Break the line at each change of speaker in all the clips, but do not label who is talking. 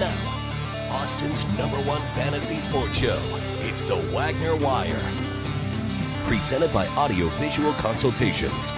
Now, Austin's number one fantasy sports show. It's the Wagner Wire. Presented by Audio Visual Consultations.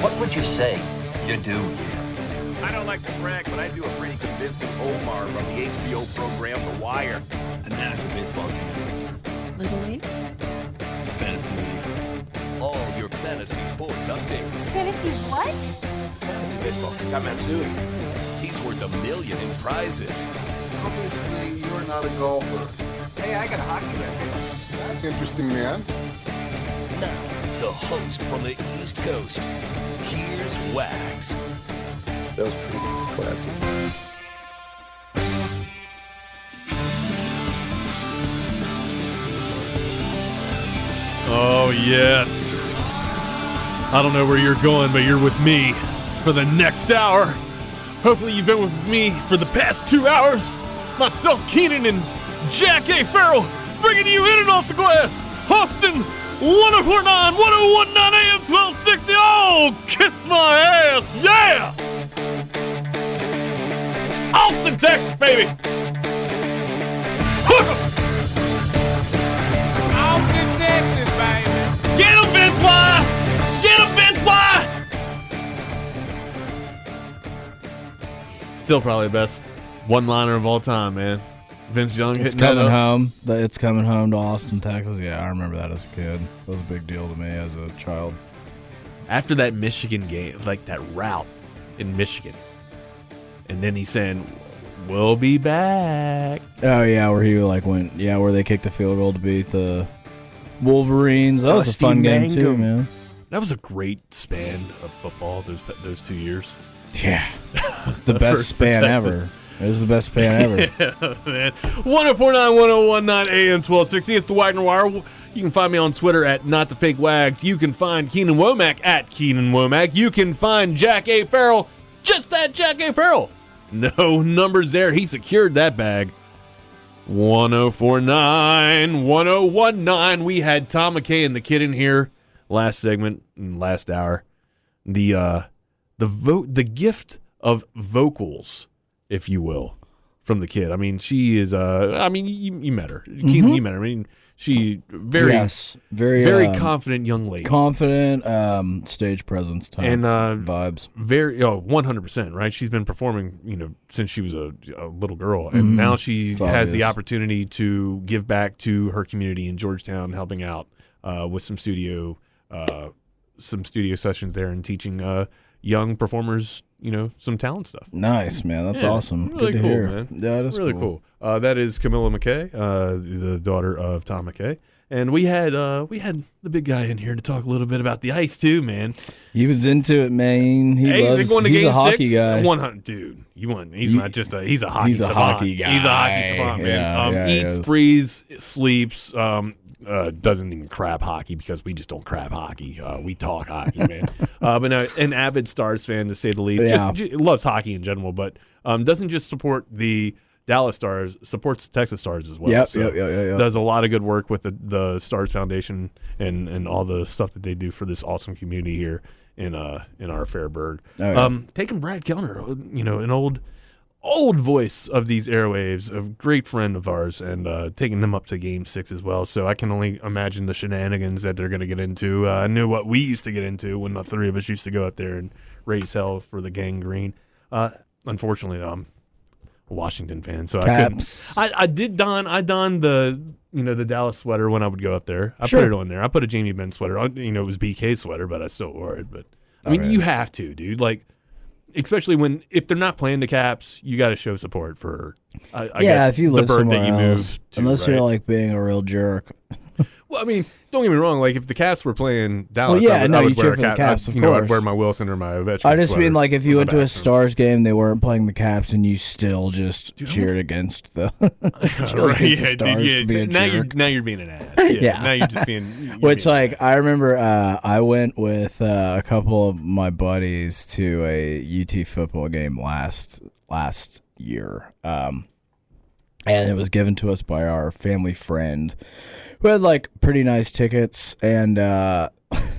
What would you say you do here?
I don't like to brag, but I do a pretty convincing Omar from the HBO program The Wire.
an active baseball team,
Little League?
fantasy league,
All your fantasy sports updates.
Fantasy what?
fantasy baseball.
He's worth a million in prizes.
Obviously, you're not a golfer.
Hey, I got a hockey reference.
That's interesting, man.
Now, the host from the East Coast. Here's Wags.
That was pretty classy.
Oh, yes. I don't know where you're going, but you're with me for the next hour. Hopefully, you've been with me for the past two hours. Myself, Keenan, and Jack A. Farrell bringing you in and off the glass. Austin, 1049, 1019 AM, 1260. Oh, kiss my ass. Yeah. Austin, Texas, baby. Hook 'em.
Austin, Texas, baby.
Get him, Vince Y! Get him, Vince Y! Still probably the best one liner of all time, man. Vince Young hitting
It's
that
coming
up.
home. The- It's coming home to Austin, Texas. Yeah, I remember that as a kid. That was a big deal to me as a child.
After that Michigan game, like that route in Michigan. And then he's saying, We'll be back.
Oh yeah, where he like went. Yeah, where they kicked the field goal to beat the Wolverines. That was a
Dusty
fun game too,
Mangum.
man.
That was a great span of football, those those two years.
Yeah, the best
First
span
Texas.
ever. It was the best span ever.
man. 1049 1019 AM 1260. It's the Wagner Wire. You can find me on Twitter at not the fake wags. You can find Keenan Womack at Keenan Womack. You can find Jack A. Farrell, just that Jack A. Farrell. No numbers there. He secured that bag. 1049, 1019. We had Tom McKay and the kid in here last segment and last hour. The uh the vote the gift of vocals, if you will, from the kid. I mean, she is uh I mean you, you met her. Keenan, you met her. I mean, she very
Mm-hmm. yes, very
very
um,
confident young lady.
confident um, stage presence type
And, uh,
vibes.
very oh 100% right she's been performing you know since she was a, a little girl and now she
Mm-hmm. It's
has the
obvious.
opportunity to give back to her community in georgetown helping out uh, with some studio uh, some studio sessions there and teaching uh, young performers you know some talent stuff
Nice man, that's
Yeah,
awesome.
really
Good to
cool
hear.
man
Yeah, that's
really
cool.
cool, Uh, that is camilla mckay uh, the daughter of tom mckay and we had uh, we had the big guy in here to talk a little bit about the ice too man
He was into it, man. He
Hey, they're
loves.
going to
he's
game
a hockey
six.
guy.
One hundred, dude. You want? He's
You-
not just a. He's a hockey.
he's a
savant.
hockey guy.
He's a hockey savant, man.
Yeah,
um,
yeah, he
eats,
is.
breathes, sleeps. Um, uh, doesn't even crap hockey because we just don't crap hockey. Uh, we talk hockey, man. uh, but no, an avid Stars fan to say the least.
Yeah.
Just, ju- loves hockey in general, but um, doesn't just support the Dallas Stars. Supports the Texas Stars as well.
Yep,
So
yep, yep, yep, yep.
Does a lot of good work with the, the Stars Foundation and and all the stuff that they do for this awesome community here in uh in our Fairburg.
Oh, yeah.
Um, taking Brad Kellner, you know, uh, an old old voice of these airwaves, a great friend of ours, and uh, taking them up to game six as well. So I can only imagine the shenanigans that they're going to get into. Uh, I knew what we used to get into when the three of us used to go out there and raise hell for the gangrene. Uh, unfortunately, though, I'm a Washington fan, so
Caps.
I couldn't. I, I did don. I donned the you know the Dallas sweater when I would go up there. I
Sure.
put it on there. I put a Jamie Benn sweater on. You know, it was BK sweater, but I still wore it. But I mean,
Alright.
you have to, dude. Like especially when if they're not playing the caps, you got to show support for. I, I
yeah,
guess,
if you
the
live
bird
somewhere
that you
else,
moved to,
unless you're
right?
like being a real jerk.
well, I mean, don't get me wrong. Like if the Caps were playing Dallas,
yeah,
I would,
no,
I would wear
you cheer
a
for the
cap-
Caps,
I,
of
you know, I'd
course.
wear my Wilson or my Ovechkin.
I just
sweater
mean like if you
on
went
the
to a
back.
Stars game, they weren't playing the Caps, and you still just cheered against the. cheered
right?
against the
Yeah,
Stars
dude, yeah.
to be a
now you're
jerk.
now you're being an ass. Yeah,
Yeah.
now you're just being. You're
Which,
being an
like,
ass.
I remember uh, I went with uh, a couple of my buddies to a UT football game last last year, um, and it was given to us by our family friend, who had like pretty nice tickets, and uh,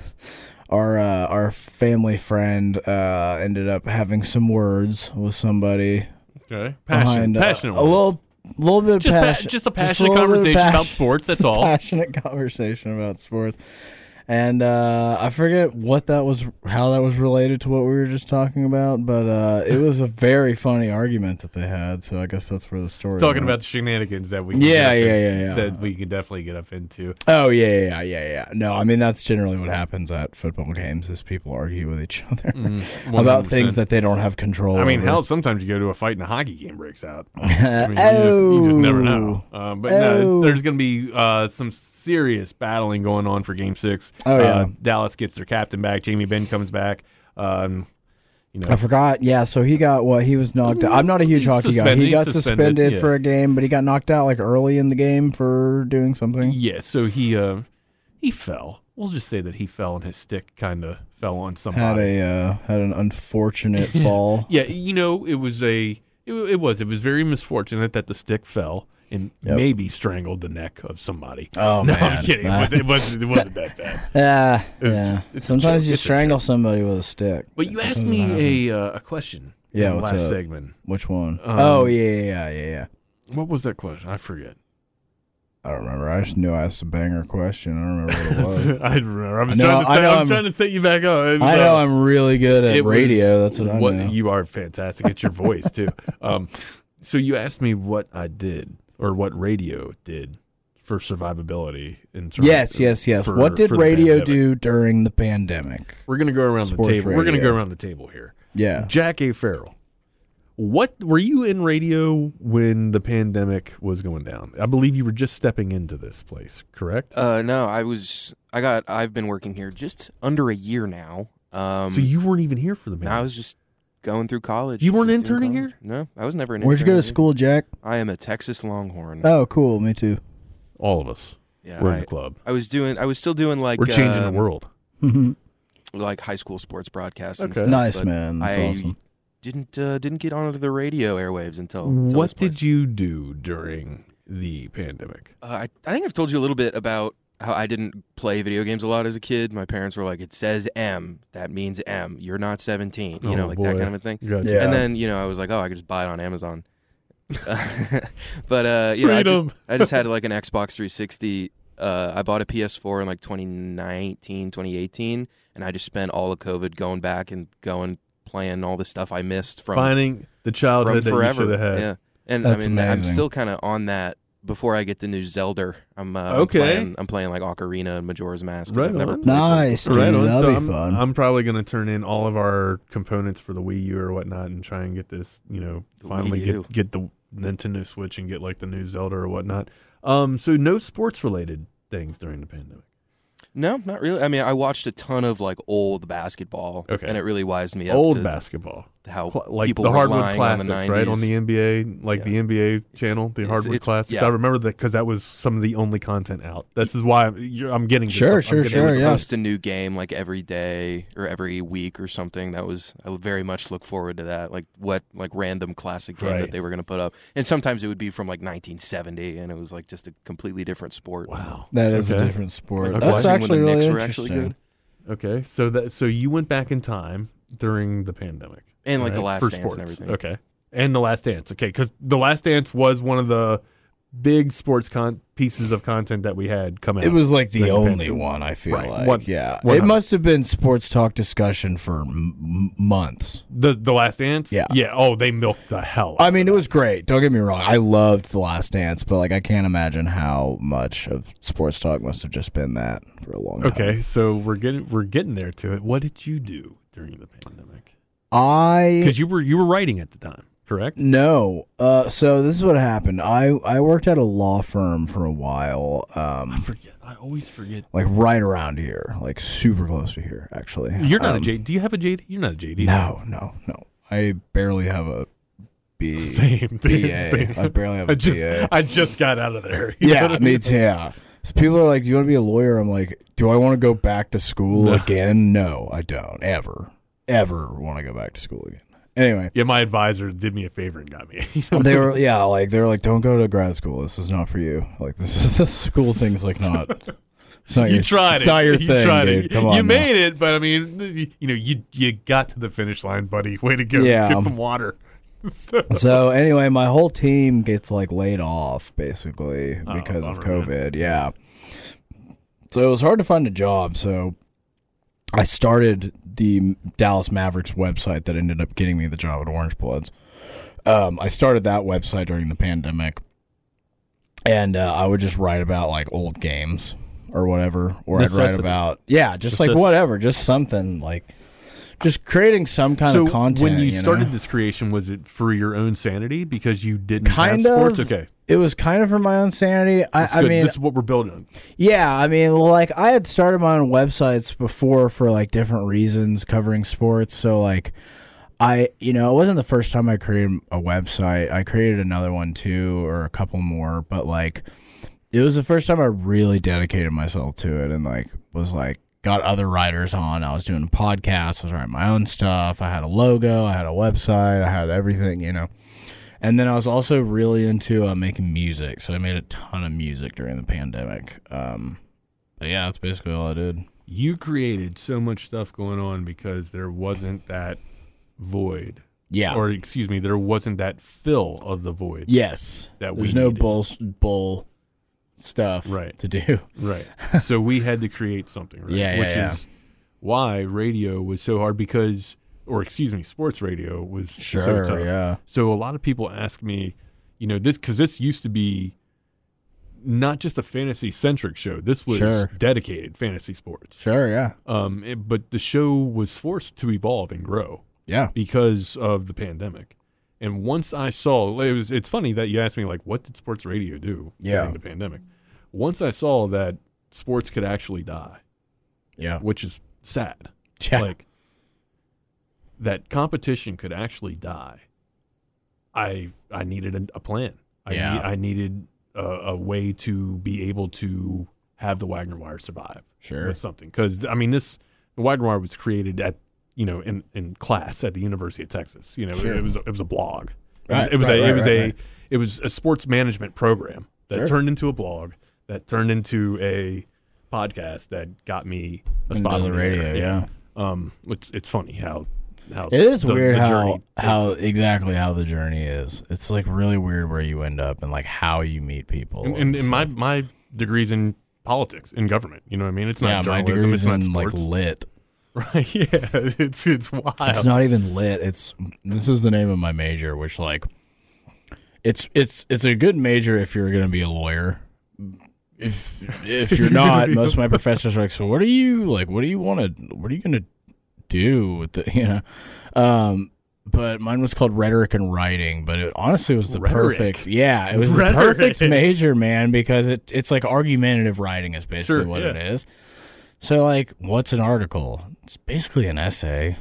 our uh, our family friend uh, ended up having some words with somebody
okay. passion,
behind uh,
passionate.
a little. Little bit of
Just pa-
passion,
just a
a
passionate
little bit
conversation
of
about
passion-
sports, that's
just a
all.
Passionate conversation about sports, and uh, I forget what that was, how that was related to what we were just talking about, but uh, it was a very funny argument that they had. So I guess that's where the story.
talking
went.
about the shenanigans that we can
Yeah,
get up
yeah,
in-
yeah, yeah.
that we could definitely get up into.
Oh yeah, yeah, yeah, yeah, yeah. No, I mean that's generally what happens at football games is people argue with each other about
100%.
things that they don't have control.
I mean,
over.
hell, sometimes you go to a fight and a hockey game breaks out. I mean, you, just, you just never know. Um, but no, it's-
Oh.
there's going to be uh, some serious battling going on for Game Six.
Oh,
uh,
yeah.
Dallas gets their captain back. Jamie Benn comes back. Um, you know,
I forgot. Yeah, so he got what he was knocked out. I'm not a huge
He's
hockey guy.
suspended.
He
He's
got
suspended,
suspended,
yeah.
for a game, but he got knocked out like early in the game for doing something.
yeah. So he uh, he fell. We'll just say that he fell and his stick kind of fell on
Had
somebody.
a uh, had an unfortunate fall.
Yeah, you know, it was a it, it was it was very misfortunate that the stick fell and
Yep.
maybe strangled the neck of somebody.
Oh,
no,
man.
I'm kidding. It
Uh,
wasn't, it wasn't it wasn't that bad.
Yeah,
It's
yeah.
just- it's a
Sometimes
joke.
you
It's a
strangle somebody with a stick.
But you asked
Sometimes that happens.
me a um, uh, a question. in
Yeah,
the
what's
last
up?
segment.
which one? oh yeah, yeah, yeah, yeah, yeah.
What was that question? I forget.
I don't remember. I just knew I asked a banger question. I don't remember
I
what it was.
remember. I was
I know-
trying to.
I
Set,
know
I
I'm-
was trying to set you back up. It was,
I know
uh,
I'm really good at
it was-
radio. That's what I know.
You are fantastic. It's your voice too. Um, so you asked me what I did or what radio did for survivability in terms.
yes, yes, yes.
for-
what did
for the
radio
pandemic.
do during the pandemic?
We're gonna go around the
Sports
table. We're gonna
radio.
go around the table here.
Yeah.
Jack A. Farrell. What were you in radio when the pandemic was going down? I believe you were just stepping into this place, correct?
Uh, no, I was. I got. I've been working here just under a year now. Um,
so you weren't even here for the
no, I
pandemic.
was just going through college.
You weren't
just doing
interning
college. No, I was never an.
Where'd you
intern
go to
here.
school, Jack?
I am a Texas Longhorn.
Mm.
Oh, cool. Me too.
All of us.
yeah,
We're
I,
in the club.
I was doing. I was still doing like
We're changing the
um,
world.
like high school sports broadcasts. And
Okay.
stuff,
Nice,
but
man. That's
I
awesome.
didn't uh, didn't get onto the radio airwaves until. until
What did you do during the pandemic?
Uh, I, I think I've told you a little bit about how I didn't play video games a lot as a kid. My parents were like, "It says M, that means M. You're not 17." You know,
Oh,
like
boy.
that kind of a thing.
Gotcha.
Yeah.
And then you know, I was like, "Oh, I could just buy it on Amazon." but uh, you know, I just,
Freedom.
I just had like an Xbox 360. Uh, I bought a PS4 in like 2019, 2018, and I just spent all of COVID going back and going playing all the stuff I missed from
Finding the
from
childhood that you
forever.
should have had.
Yeah, and
That's
I mean, I'm
amazing.
still kind of on that. Before I get the new Zelda, I'm uh,
Okay.
I'm playing, I'm playing like Ocarina and Majora's Mask. 'cause
Right
I've never
on.
played those.
Nice, dude.
Right on.
That'd
So
be
I'm,
fun.
I'm probably going to turn in all of our components for the Wii U or whatnot and try and get this, you know,
The
finally
Wii U.
get, get the Nintendo Switch and get like the new Zelda or whatnot. Um, so no sports related things during the pandemic.
No, not really. I mean, I watched a ton of like old basketball,
Okay.
and it really wised me up
Old
to
basketball,
how
Cl- like
people
the
were
hardwood
lying
classics,
on the 90s.
right? On the NBA, like the NBA channel, the
it's-
hardwood
it's-
classics.
yeah.
I remember that because that was some of the only content out. This is why I'm, you're, I'm getting this
Sure,
up- I'm
sure,
getting
They
sure,
this
would
up.
yeah.
post a new game like every day or every week or something. That was I very much look forward to that. Like what like random classic game
Right.
that they were going to put up, and sometimes it would be from like 1970, and it was like just a completely different sport.
Wow,
That is
Okay.
a different sport.
Like
That's actually
watching when the
really
Knicks were
interesting.
actually good.
Okay, so that so you went back in time during the pandemic
And, like, the
right?
Last
for
Dance and
sports.
everything.
Okay, and The Last Dance. Okay, because The Last Dance was one of the big sports con- pieces of content that we had come out.
It was like the
during
only
pandemic.
one I feel
Right.
like.
What-
yeah,
what
it
happened?
must have been sports talk discussion for m- m- months.
The The Last Dance.
Yeah.
yeah. Oh, they milked the hell.
I mean, it was great. Don't get me wrong. I loved The Last Dance, but like I can't imagine how much of sports talk must have just been that for a long time.
Okay, so we're getting we're getting there to it. What did you do during the pandemic?
I
Because you were you were writing at the time, correct?
no. Uh, so this is what happened. I I worked at a law firm for a while. Um,
Forget. I always forget.
like right around here, like super close to here, actually.
You're not
Um,
a JD. Do you have a JD? You're not a JD.
No, no, no. I barely have a B.
Same, dude,
BA.
same.
I barely have a
I just
BA.
I just got out of there. You know what
Yeah,
I
me
mean?
too. Yeah. So people are like, "Do you want to be a lawyer?" I'm like, "Do I want to go back to school again?" No, I don't. Ever, ever want to go back to school again. Anyway,
Yeah, my advisor did me a favor and got me.
they were yeah, like they were like, "Don't go to grad school. This is not for you. Like this is this school thing's like not." It's not
you
your,
tried
it's
it.
Not your
you
thing,
tried
dude.
it.
Come on
you
now.
made it, but I mean, you, you know, you you got to the finish line, buddy. Way to go.
Yeah. um,
Get some water.
So anyway, my whole team gets like laid off basically because of
Oh, bummer, man.
COVID. Yeah. So it was hard to find a job. So I started the Dallas Mavericks website that ended up getting me the job at Orange Bloods. Um, I started that website during the pandemic, and uh, I would just write about like old games or whatever, or I'd write
Necessity.
about yeah, just like
Necessity.
whatever, just something like just creating some kind
so
of content.
when you,
know?
started this creation, was it for your own sanity because you didn't
kind
have
of
sports? Okay.
It was kind of for my own sanity.
That's
I, I
good.
mean,
this is what we're building on.
yeah, I mean, like I had started my own websites before for like different reasons covering sports. So like, I you know it wasn't the first time I created a website. I created another one too, or a couple more, but like it was the first time I really dedicated myself to it and like was like got other writers on. I was doing a podcast, I was writing my own stuff. I had a logo, I had a website, I had everything, you know. And then I was also really into uh, making music, so I made a ton of music during the pandemic. Um, but yeah, that's basically all I did.
You created so much stuff going on because there wasn't that void.
Yeah.
Or excuse me, there wasn't that fill of the void.
yes.
That we
There's no
needed.
bull bull stuff
Right.
to do.
Right. so we had to create something, right?
Yeah, yeah,
Which
yeah.
is why radio was so hard because or excuse me, sports radio was so tough.
yeah.
So a lot of people ask me, you know, this cuz this used to be not just a fantasy centric show. This was
Sure.
dedicated fantasy sports.
Sure, yeah.
Um it- but the show was forced to evolve and grow
Yeah.
because of the pandemic. And once I saw it was it's funny that you asked me like what did sports radio do
Yeah.
during the pandemic? Once I saw that sports could actually die,
Yeah.
which is sad.
Yeah.
Like that competition could actually die. I I needed a, a plan. I
Yeah.
need- I needed a, a way to be able to have the Wagner Wire survive
Sure.
with something. Because I mean, this the Wagner Wire was created at you know in, in class at the University of Texas. You know,
Sure.
it, was it was a blog.
Right,
It was
right,
a it
right,
was
right,
a
right.
it was a sports management program that
Sure.
turned into a blog that turned into a podcast that got me a
Into
spot on
the
air.
radio, yeah.
Um, it's it's funny how how
It is
the-
weird
the
how
journey
how
is.
exactly how the journey is. It's like really weird where you end up and like how you meet people.
and, and, and my
stuff.
my degrees in politics in government. You know what I mean? It's not
yeah, my
journalism.
degree's
It's not
in like
sports.
lit.
right? Yeah, it's it's wild.
It's not even lit. It's this is the name of my major, which like it's it's it's a good major if you're gonna be a lawyer. If if you're not, most of my professors are like, so what do you like? What do you want to? What are you gonna do with the you know? Um, but mine was called rhetoric and writing, but it honestly was the
Rhetoric?
perfect. Yeah, it was the
Rhetoric.
perfect major, man, because it it's like argumentative writing is basically
Sure,
what
yeah.
it is. So like, what's an article? It's basically an essay.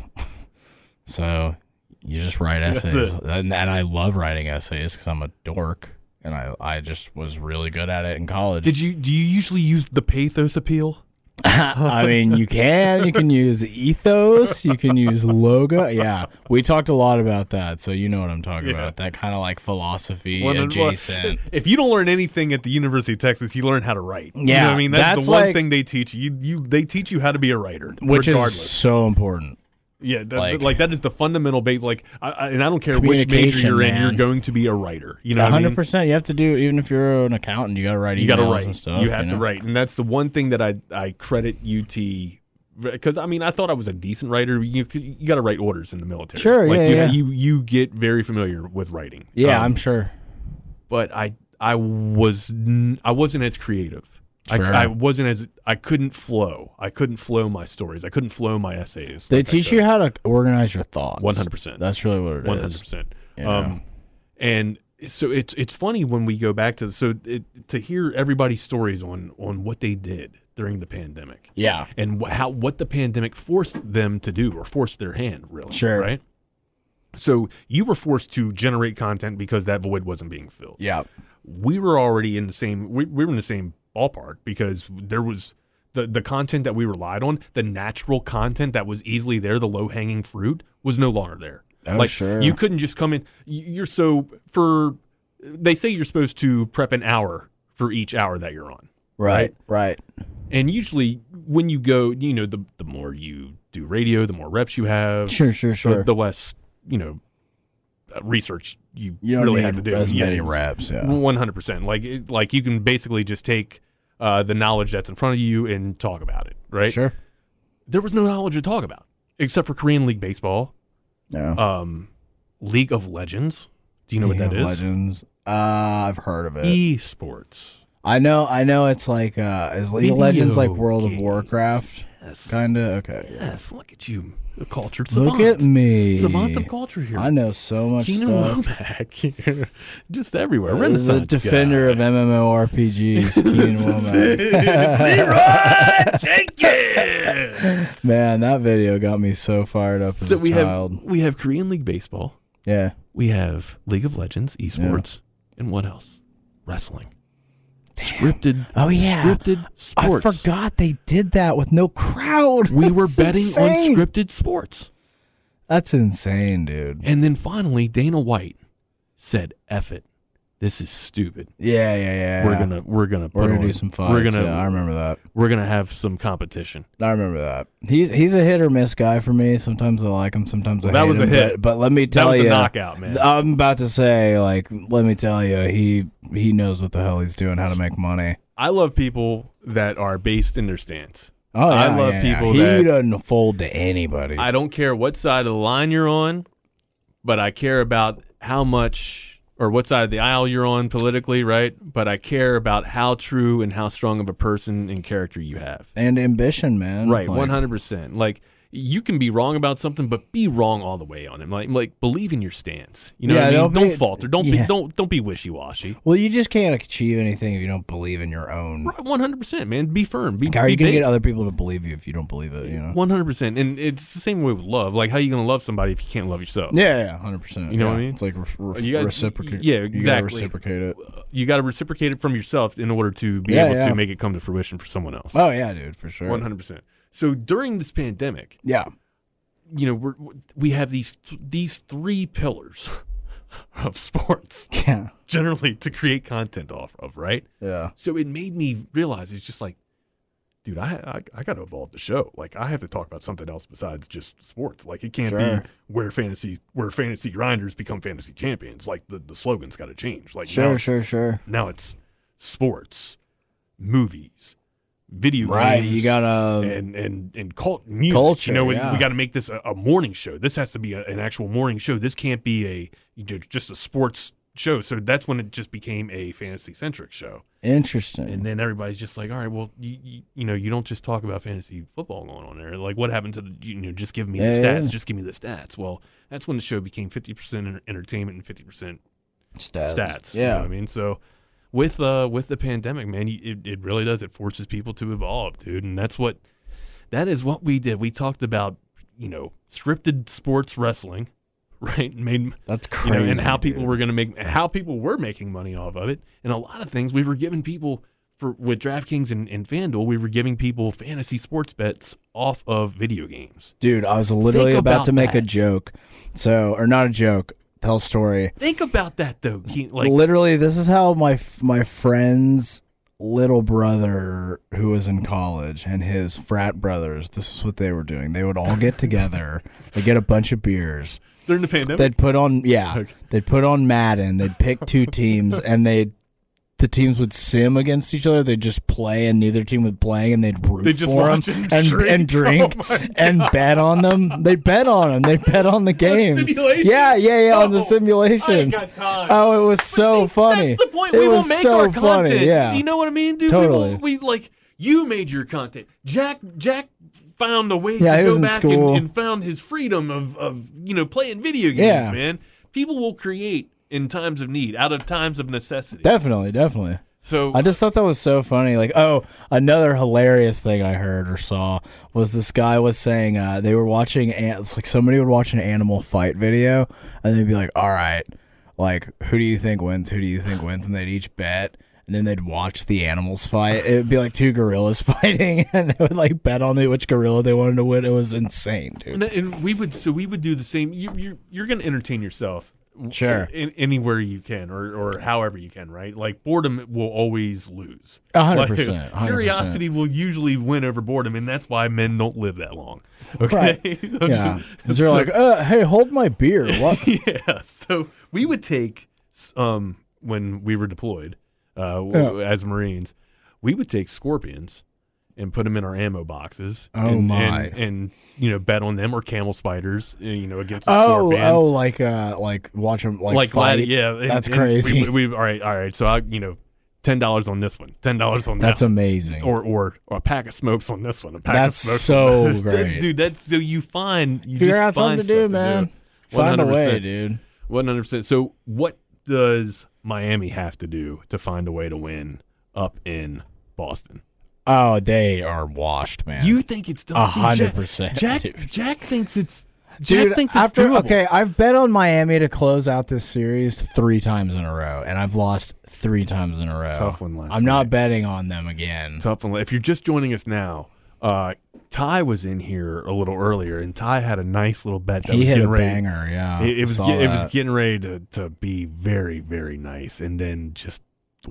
So you just write
That's
essays,
it.
and, and I love writing essays because I'm a dork, and I I just was really good at it in college.
Did you do you usually use the pathos appeal?
I mean, you can you can use ethos, you can use logo. Yeah, we talked a lot about that, so you know what I'm talking
Yeah.
about. That kind of like philosophy
One and one.
adjacent.
If you don't learn anything at the University of Texas, you learn how to write. You know
Yeah,
what I mean that's,
that's
the one
like-
thing they teach you. You they teach you how to be a writer,
Which
regardless.
is so important.
Yeah, that,
Like-
like, that is the fundamental base. Like, I, I, and I don't care which major
Communication,
you're in,
man.
you're going to be a writer. You know, what I mean?
hundred percent. You have to do even if you're an accountant, you gotta write.
you got to
emails
write.
And stuff,
you have
know?
to write, and that's the one thing that I I credit UT because I mean I thought I was a decent writer. You you got to write orders in the military.
Sure,
like,
yeah,
you,
yeah.
You you get very familiar with writing.
Yeah,
Um,
I'm sure.
but I I was n- I wasn't as creative.
Sure.
I, I wasn't as I couldn't flow. I couldn't flow my stories. I couldn't flow my essays.
They teach you how to organize your thoughts.
one hundred percent.
That's really what it is.
One hundred percent.
Yeah.
Um, and so it's it's funny when we go back to so it, to hear everybody's stories on on what they did during the pandemic
Yeah.
and wh- how what the pandemic forced them to do or forced their hand really
Sure.
right. So you were forced to generate content because that void wasn't being filled.
Yeah.
We were already in the same we, we were in the same ballpark because there was the, the content that we relied on, the natural content that was easily there, the low hanging fruit, was no longer there.
Oh,
like
sure.
you couldn't just come in. y- You're so for they say you're supposed to prep an hour for each hour that you're on,
Right. Right.
and usually when you go, you know, the the more you do radio, the more reps you have.
Sure, sure,
the-
sure.
The, less you know uh, research you,
You don't
really
need
have to do.
as
Yeah.
many reps. Yeah.
One hundred percent. Like it- like you can basically just take uh, the knowledge that's in front of you and talk about it. Right.
Sure.
There was no knowledge to talk about except for Korean League baseball,
Yeah.
um, League of Legends. Do you know what that is? E-
Legends. Uh, I've heard of it.
Esports.
I know. I know. It's like uh, is League of Legends like
Video
World of
games.
Warcraft?
Yes.
Kinda. Okay.
Yes. Look at you, a cultured
Look
savant.
at me.
Savant of culture here.
I know so much
Gino
stuff.
Womack. Just everywhere.
the
Renaissance
defender of MMORPGs, Keen Womack.
Leroy Jenkins.
Man, that video got me so fired up as
So
a
we
child.
have we have Korean League baseball.
yeah,
We have League of Legends, esports, and what else? Wrestling. Scripted.
Oh, yeah.
Scripted sports.
I forgot they did that with no crowd.
We were
That's
betting
insane.
on scripted sports,
That's insane, dude.
and then finally Dana White said, "F it, this is stupid.
Yeah, yeah, yeah.
We're gonna we're gonna put
we're
on-
gonna do some fights.
We're gonna
Yeah, I remember that.
we're gonna have some competition."
I remember that. He's he's a hit or miss guy for me. Sometimes I like him. Sometimes I
Well, that
hate
was a
him,
hit.
But, but let me
That
tell
was
you,
a knockout, man.
I'm about to say, like, let me tell you, he he knows what the hell he's doing, how to make money.
I love people that are based in their stance.
Oh,
I
yeah,
love
yeah,
people
He
that-
doesn't fold to anybody.
I don't care what side of the line you're on, but I care about how much or what side of the aisle you're on politically, right? But I care about how true and how strong of a person and character you have.
and ambition, man.
Right,
Like,
one hundred percent. Like you can be wrong about something, but be wrong all the way on it. Like, like believe in your stance. You know,
Yeah,
what I mean?
don't
don't,
be-
falter. Don't
yeah.
be don't don't be wishy washy.
Well, you just can't achieve anything if you don't believe in your own.
One hundred percent, man. Be firm. Be,
Like, how are
be
you gonna
big.
get other people to believe you if you don't believe it? You know.
One hundred percent, and it's the same way with love. Like, how you gonna love somebody if you can't love yourself?
Yeah, yeah, hundred percent.
You know
yeah.
what I mean?
It's like re- re-
You gotta-
reciprocate.
yeah,
you gotta
exactly.
reciprocate it.
You got to reciprocate it from yourself in order to be
Yeah,
able
yeah.
to make it come to fruition for someone else.
Oh yeah, dude, for sure.
One hundred percent. So during this pandemic,
Yeah.
you know, we're, we have these these three pillars of sports
Yeah.
generally to create content off of, right?
Yeah.
So it made me realize it's just like, dude, I I, I got to evolve the show. Like I have to talk about something else besides just sports. Like it can't
Sure.
be where fantasy where fantasy grinders become fantasy champions. Like the the slogan's got to change. Like now
Sure,
it's-
sure, sure.
now it's sports, movies, video
Right,
games.
you gotta. um,
and and and cult music.
Culture,
you know, we,
yeah.
we got to make this a, a morning show. This has to be a, an actual morning show. This can't be a you know, just a sports show. So that's when it just became a fantasy centric show.
Interesting.
And then everybody's just like, all right, well, you, you you know, you don't just talk about fantasy football going on there. Like, what happened to the you know, just give me the
Yeah, yeah,
stats,
yeah.
just give me the stats. Well, that's when the show became fifty percent entertainment and fifty percent
stats.
stats. you know
Yeah.
what I mean, so with uh with the pandemic, man, you- it it really does. It forces people to evolve, dude, and that's what that is what we did. We talked about you know scripted sports wrestling, right? Made
That's
you
crazy.
know, and how people
dude.
were going to make how people were making money off of it, and a lot of things we were giving people for with DraftKings and, and FanDuel, we were giving people fantasy sports bets off of video games.
Dude, I was literally
Think
about,
about
to make a
that.
joke. So, or not a joke, tell a story.
Think about that though, Keen. like
literally, this is how my f- my friends little brother who was in college and his frat brothers, this is what they were doing. They would all get together, they get a bunch of beers.
During the pandemic?
They'd put on yeah. They'd put on Madden, they'd pick two teams and they'd the teams would sim against each other. They'd just play, and neither team would play, and they'd root
They'd just
for them
watch and
and
drink.
and, drink
Oh my
and bet on them. They bet on them. They bet on the games.
simulation?
yeah, yeah, yeah, on
Oh, I
the
ain't
simulations.
got time.
Oh, it was so funny.
That's the point.
It
we will
was
make
so
our
funny,
content.
Yeah.
Do you know what I mean, dude? We,
Totally.
will, we like you made your content. Jack Jack found a way
Yeah,
to
he was
go
in
back
school.
and, and found his freedom of of you know playing video games.
Yeah.
Man, people will create in times of need, out of times of necessity.
Definitely, definitely.
So-
I just thought that was so funny. Like, oh, another hilarious thing I heard or saw was this guy was saying uh, they were watching an- it's like somebody would watch an animal fight video and they'd be like, "All right, like who do you think wins? Who do you think wins?" And they'd each bet. And then they'd watch the animals fight. It would be like two gorillas fighting, and they would like bet on the, which gorilla they wanted to win. It was insane, dude.
And, and we would so we would do the same. You, you're you're going to entertain yourself, w-
Sure.
in, anywhere you can or or however you can, right? Like boredom will always lose.
A hundred
Like,
percent, a hundred
Curiosity will usually win over boredom, and that's why men don't live that long. Okay,
Yeah. They're like, uh, hey, hold my beer. What?
yeah. So we would take um when we were deployed uh, w- as Marines, we would take scorpions and put them in our ammo boxes.
Oh,
and,
my.
And, and, you know bet on them or camel spiders. uh, You know against a
Oh,
scorpion.
oh, like uh, like watch him like,
like
fight.
gladi- yeah. and-
that's
and
crazy.
We, we all right, all right. So I you know. Ten dollars on this one. Ten dollars on
That's
that. one,
amazing.
Or, or or a pack of smokes on this one. A pack
That's
of smokes.
so
on this.
great.
dude. That's so you find you
Figure
just
out something
find
to do,
stuff
man. Find a way, dude.
One hundred percent. So, what does Miami have to do to find a way to win up in Boston?
oh, they are washed, man.
You think it's done?
A
See,
hundred
Jack-
percent,
Jack,
dude.
Jack thinks it's. Jack
dude?
thinks it's
After
doable.
okay, I've bet on Miami to close out this series three times in a row, and I've lost three times in a row.
Tough one last
I'm not
night.
betting on them again.
Tough one. If you're just joining us now, uh, Ty was in here a little earlier, and Ty had a nice little bet. That
He
was
hit
getting
a
ready-
banger, yeah,
it, it was
saw
get- it was
that.
getting ready to, to be very very nice, and then just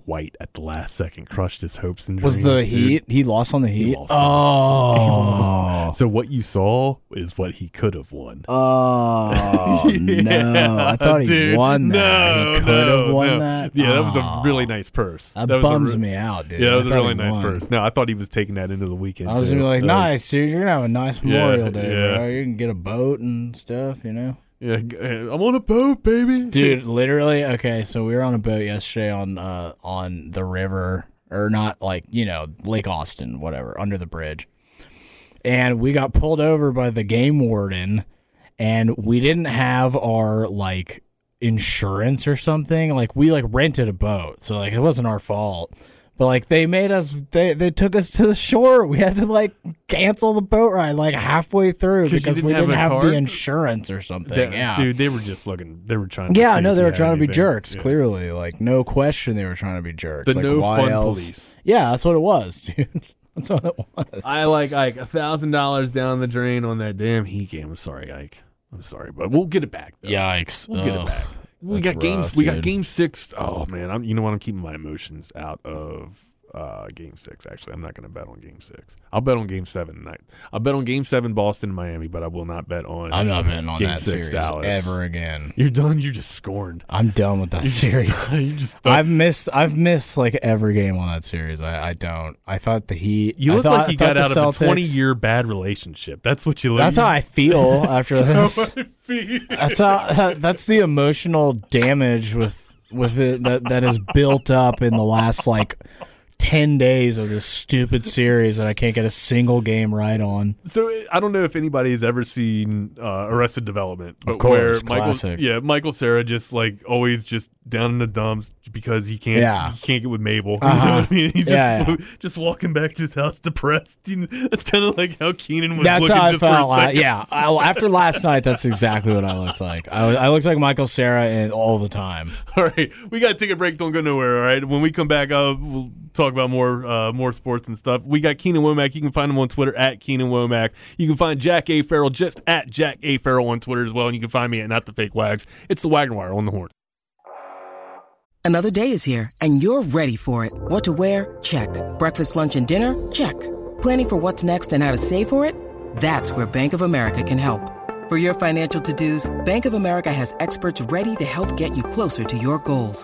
white at the last second crushed his hopes and
Was
dreams.
the
dude.
Heat? He lost on the Heat.
lost
oh,
So what you saw is what he could have won.
oh no! I thought he
Dude,
won that.
No,
he could
no,
have won
no.
that.
Yeah, that was
Aw.
a really nice purse.
That
was a
bums
re-
me out, dude.
Yeah, that was
I
a
thought
really
he
nice
won.
purse. No, I thought he was taking that into the weekend.
I was gonna
too.
be like,
Uh,
nice, dude. You're gonna have a nice Memorial
Yeah,
Day,
yeah.
bro. You can get a boat and stuff, you know.
Yeah, g- uh, I'm on a boat, baby.
Dude, literally. Okay, so we were on a boat yesterday on uh on the river, or not like you know Lake Austin, whatever, under the bridge, and we got pulled over by the game warden, and we didn't have our like insurance or something. Like we like rented a boat, so like it wasn't our fault. But like they made us, they they took us to the shore. We had to like cancel the boat ride like halfway through
'Cause you
because
didn't
we
have
didn't
a
have
card?
the insurance or something.
That-
yeah,
dude, they were just looking. They were trying.
yeah,
to
no,
see
they
if
were
had
trying to be
anything.
jerks.
Yeah.
Clearly, like no question, they were trying to be jerks.
The
like,
no
why
fun
else?
police.
Yeah, that's what it was, dude. That's what it was.
I like Ike a thousand dollars down the drain on that damn Heat game. I'm sorry, Ike. I'm sorry, but we'll get it back. Though.
Yikes!
We'll get it back. We
that's
got games.
rough,
we got
dude.
game six. Oh man, I'm. You know what? I'm keeping my emotions out of uh, game six. Actually, I'm not going to bet on game six. I'll bet on game seven tonight. I'll bet on game seven, Boston, and Miami, but I will not bet on.
I'm not betting on
game
that
six,
series
Dallas.
ever again.
You're done. You're just scorned.
I'm done with that
You're
series.
Just, you just
I've missed. I've missed like every game on that series. I, I don't. I thought the Heat.
you
I
look like
thought,
you
I thought
got out
the
of a
Celtics-
20 year bad relationship. That's what you look.
That's how I feel after this.
I feel.
That's how, that's the emotional damage with with it that that is built up in the last like ten days of this stupid series that I can't get a single game right on.
So uh, I don't know if anybody has ever seen uh, Arrested Development, but
course,
where
classic.
Michael, yeah, Michael Sarah just like always just down in the dumps because he can't,
Yeah.
he can't get with Mabel. You know
Uh-huh.
what I mean? He's just,
Yeah, yeah.
just walking back to his house depressed. You know, that's kind of like how Keenan was
That's
looking
how I
just for a
felt. uh,
second.
yeah, I, after last night, that's exactly what I looked like. I, was- I looked like Michael Sarah and all the time.
All right, we gotta take a break. Don't go nowhere. All right, when we come back, uh, we'll talk about more uh, more sports and stuff. We got Keenan Womack. You can find him on Twitter at Keenan Womack. You can find Jack A Farrell just at Jack A Farrell on Twitter as well, and you can find me at Not the Fake Wags. It's the Wagon Wire on the Horn.
Another day is here, and you're ready for it. What to wear? Check. Breakfast, lunch, and dinner? Check. Planning for what's next and how to save for it? That's where Bank of America can help. For your financial to-dos, Bank of America has experts ready to help get you closer to your goals.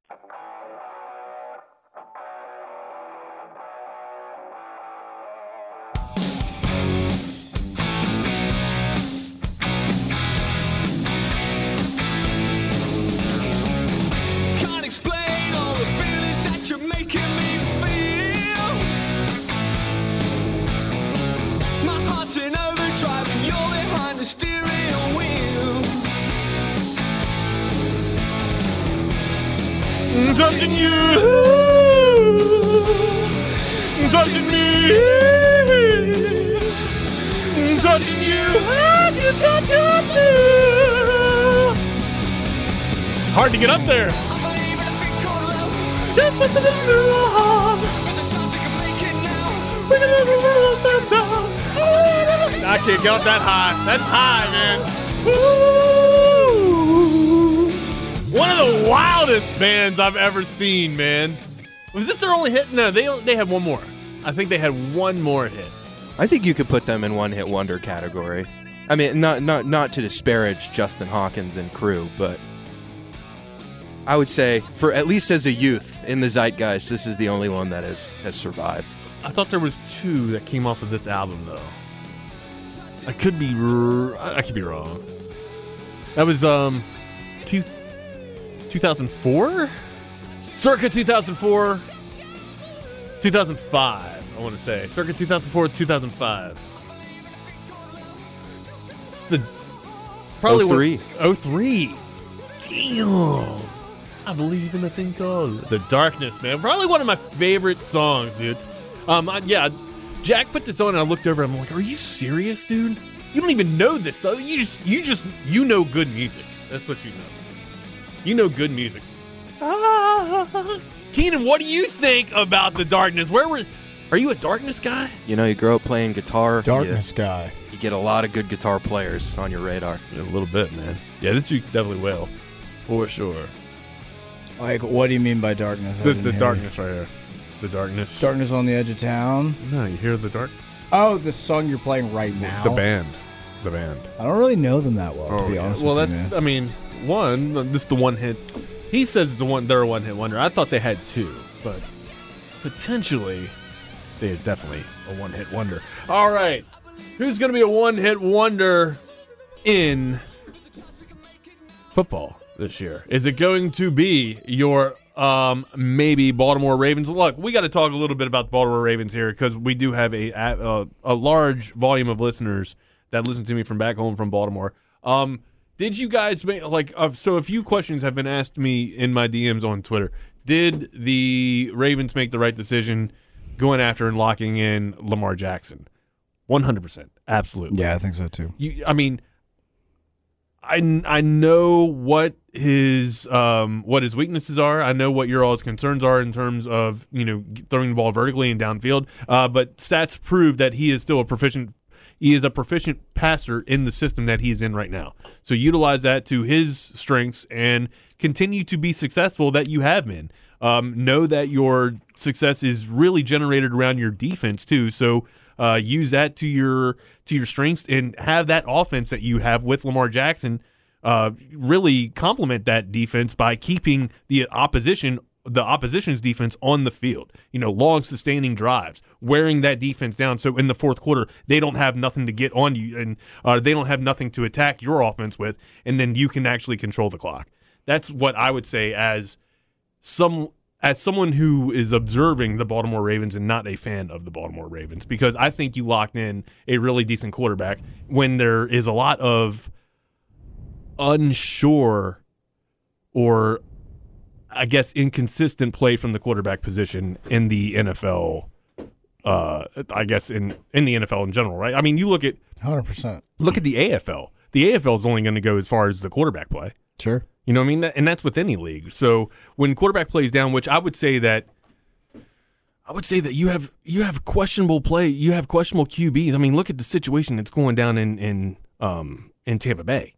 touching you, touching me, touching you as you touch your blue. Hard to get up there. Just like the
I can't get up that high. That's high, man. Ooh. One of the wildest bands I've ever seen, man. Was this their only hit? No, they they had one more. I think they had one more hit.
I think you could put them in one hit wonder category. I mean, not not not to disparage Justin Hawkins and crew, but I would say for at least as a youth in the zeitgeist, this is the only one that has has survived.
I thought there was two that came off of this album though. I could be r- I could be wrong. That was um two 2004 circa 2004 2005 i want to say circa 2004 2005 it's the probably
03
one, 03 damn i believe in a thing called the darkness man probably one of my favorite songs dude um I, yeah jack put this on and i looked over and i'm like are you serious dude you don't even know this you just you just you know good music that's what you know you know good music. Ah. Keenan, what do you think about the darkness? Where were are you a darkness guy?
You know, you grow up playing guitar.
Darkness
you,
guy.
You get a lot of good guitar players on your radar.
Yeah, a little bit, man. Yeah, this you definitely will. For sure.
Like, what do you mean by darkness? I
The,
didn't
the
hear
darkness right here. The darkness.
you. Darkness on the edge of town.
No, you hear the dark
Oh, the song you're playing right now.
The band. The band.
I don't really know them that well,
Oh,
to be
yeah.
honest.
Well,
with
that's
you, man.
I mean, one, this is the one hit. He says the one they're a one hit wonder. I thought they had two, but potentially they are definitely a one hit wonder. All right. Who's going to be a one hit wonder in football this year? Is it going to be your um, maybe Baltimore Ravens? Look, we got to talk a little bit about the Baltimore Ravens here because we do have a, a a large volume of listeners that listen to me from back home from Baltimore. Um, did you guys make, like uh, so? A few questions have been asked me in my DMs on Twitter. Did the Ravens make the right decision going after and locking in Lamar Jackson? One hundred percent, absolutely
yeah, I think so too.
you i mean i i know what his um what his weaknesses are i know what your all's concerns are in terms of you know g- throwing the ball vertically and downfield uh but stats prove that he is still a proficient he is a proficient passer in the system that he's in right now so utilize that to his strengths and continue to be successful that you have been um, know that your success is really generated around your defense too so uh, use that to your to your strengths and have that offense that you have with Lamar Jackson uh, really complement that defense by keeping the opposition the opposition's defense on the field. You know, long sustaining drives, wearing that defense down. So in the fourth quarter, they don't have nothing to get on you, and uh, they don't have nothing to attack your offense with, and then you can actually control the clock. That's what I would say as some as someone who is observing the Baltimore Ravens and not a fan of the Baltimore Ravens because I think you locked in a really decent quarterback when there is a lot of unsure or I guess inconsistent play from the quarterback position in the NFL uh I guess in in the NFL in general, right? I mean, you look at
Hundred percent.
look at the AFL. The AFL is only going to go as far as the quarterback play.
Sure.
You know what I mean? That- And that's with any league. So when quarterback plays down, which I would say that I would say that you have you have questionable play, you have questionable QBs. I mean, look at the situation that's going down in in um in Tampa Bay.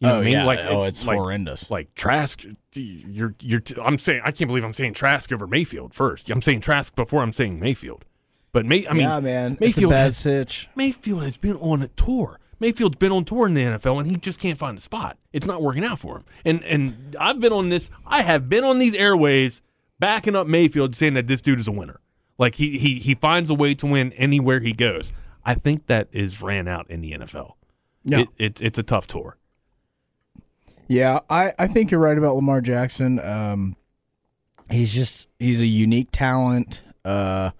You know
Oh,
what I mean?
yeah.
Like
Oh, it's
like-
horrendous.
Like Trask, you're you're. I'm saying I can't believe I'm saying Trask over Mayfield first. I'm saying Trask before I'm saying Mayfield. But May, I mean,
yeah, man, it's a
Mayfield
bad
has-
sitch.
Mayfield has been on a tour. Mayfield's been on tour in the NFL, and he just can't find a spot. It's not working out for him. And and I've been on this. I have been on these airwaves backing up Mayfield, saying that this dude is a winner. Like he he he finds a way to win anywhere he goes. I think that is ran out in the NFL.
Yeah.
It, it, it's a tough tour.
Yeah, I, I think you're right about Lamar Jackson. Um, he's just he's a unique talent. Uh,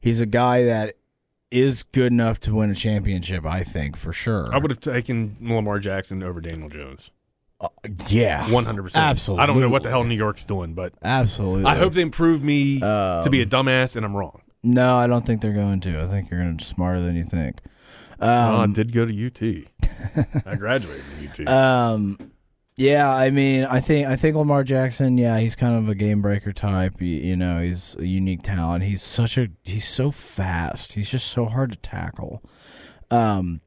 he's a guy that is good enough to win a championship. I think for sure.
I would have taken Lamar Jackson over Daniel Jones.
yeah,
one hundred percent. I don't know what the hell New York's doing, but
absolutely.
I hope they improve me to be a
Um,
dumbass, and I'm wrong.
No, I don't think they're going to. I think you're going to smarter than you think. Um,
Well, I did go to UT. I graduated from UT.
Um, yeah, I mean, I think I think Lamar Jackson. Yeah, he's kind of a game breaker type. You, you know, he's a unique talent. He's such a he's so fast. He's just so hard to tackle. Um,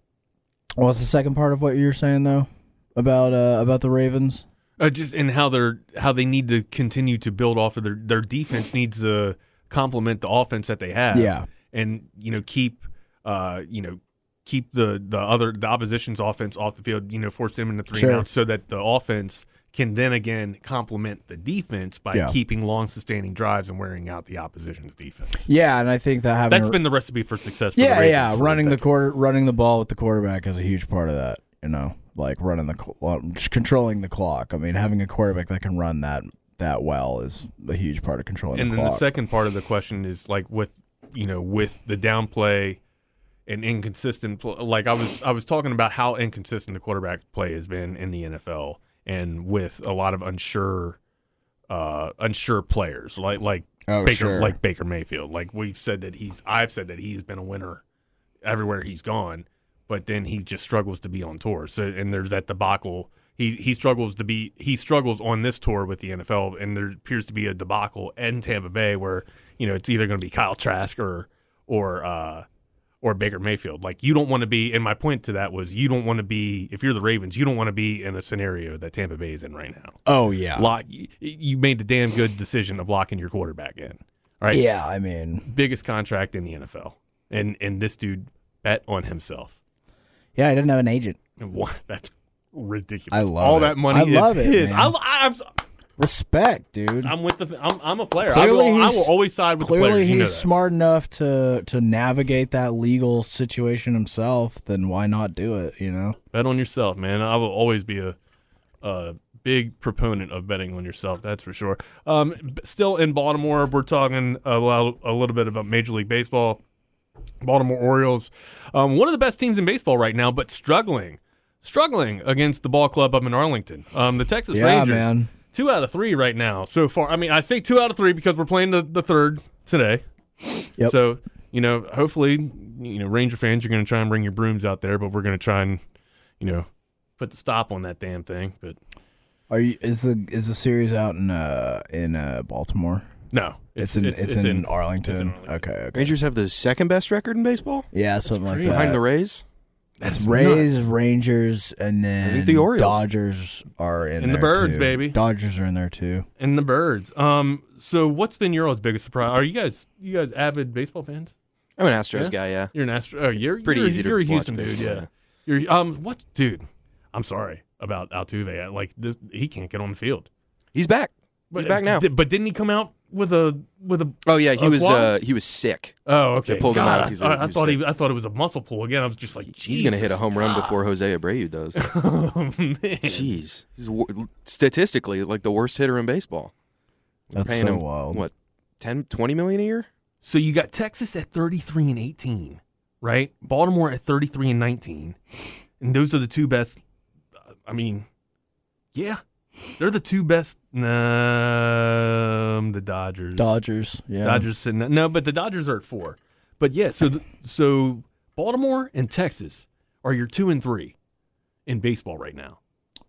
what's the second part of what you're saying though about uh, about the Ravens?
Uh, just and how they're how they need to continue to build off of their their defense needs to complement the offense that they have.
Yeah.
and you know keep uh you know keep the the other the opposition's offense off the field. You know, force them into three
Sure.
and outs so that the offense can then again complement the defense by
Yeah.
keeping long sustaining drives and wearing out the opposition's defense.
Yeah, and I think that having
That's been the recipe for success. For
yeah
the Ravens
yeah
for
running the quarter running the ball with the quarterback is a huge part of that. You know, like running the cl- just controlling the clock. I mean, having a quarterback that can run that that well is a huge part of controlling
and
the
then
clock.
the second part of the question is like with you know with the downplay and inconsistent pl- like i was i was talking about how inconsistent the quarterback play has been in the nfl and with a lot of unsure uh unsure players like like
Oh,
baker
sure.
like baker mayfield like we've said that he's i've said that he's been a winner everywhere he's gone but then he just struggles to be on tour so and there's that debacle he he struggles to be he struggles on this tour with the NFL, and there appears to be a debacle in Tampa Bay where you know it's either going to be Kyle Trask or or uh, or Baker Mayfield. Like you don't want to be. And my point to that was you don't want to be if you're the Ravens, you don't want to be in a scenario that Tampa Bay is in right now.
Oh yeah.
Lock y- you made the damn good decision of locking your quarterback in. All right.
Yeah, I mean,
biggest contract in the NFL, and and this dude bet on himself.
yeah, I didn't have an agent.
And what that's ridiculous.
I love
all
it.
that money.
I love
is
it,
his.
man.
I, I, I'm,
Respect, dude.
I'm with the. I'm, I'm a player. I will. I
he's-
will always side with
clearly
the players.
he's
You know that.
smart enough to to navigate that legal situation himself. Then why not do it? You know.
Bet on yourself, man. I will always be a, a big proponent of betting on yourself. That's for sure. Um, b- still in Baltimore, we're talking a, lo- a little bit about Major League Baseball. Baltimore Orioles, um, one of the best teams in baseball right now, but struggling, struggling against the ball club up in Arlington. Um, the Texas
Yeah,
Rangers,
man.
two out of three right now so far. I mean, I say two out of three because we're playing the, the third today.
Yep.
So you know, hopefully, you know, Ranger fans, you're going to try and bring your brooms out there, but we're going to try and you know put the stop on that damn thing. But
Are you? Is the is the series out in uh in uh Baltimore?
no,
It's, in it's, in, Arlington.
it's in
Okay. okay.
Rangers have the second best record in baseball,
Yeah, something like that.
behind the Rays.
It's
That's
Rays,
nuts.
Rangers, and then
think the Orioles.
Dodgers are in
And the
there,
Birds,
too.
baby.
Dodgers are in there too.
And the birds. Um. So what's been your all's biggest surprise? Are you guys you guys avid baseball fans?
I'm an Astros
Yeah?
guy. Yeah,
You're an Astro. Oh, you're
Pretty
you're,
easy to
You're a
watch
Houston dude.
baseball,
Yeah. You're um. What dude? I'm sorry about Altuve. Like this, he can't get on the field.
he's back.
But
he's back now.
di- but didn't he come out with a with a?
oh yeah, he
a
was
quad?
uh, he was sick.
Oh, okay.
They pulled him
God,
out. He's a-
I, I
he was
thought
sick.
he, I thought it was a muscle pull again. I was just like,
He's gonna hit a home run before Jose Abreu does.
Oh man.
Jeez, he's wor- statistically like the worst hitter in baseball. We're
That's
paying
so
him,
wild.
What, 10, 20 million a year?
So you got Texas at 33 and 18, right? Baltimore at 33 and 19. And those are the two best. I mean, yeah. They're the two best. Um, the Dodgers.
Dodgers, yeah.
Dodgers sitting. at- No, but the Dodgers are at four. But yeah, so th- so Baltimore and Texas are your two and three in baseball right now.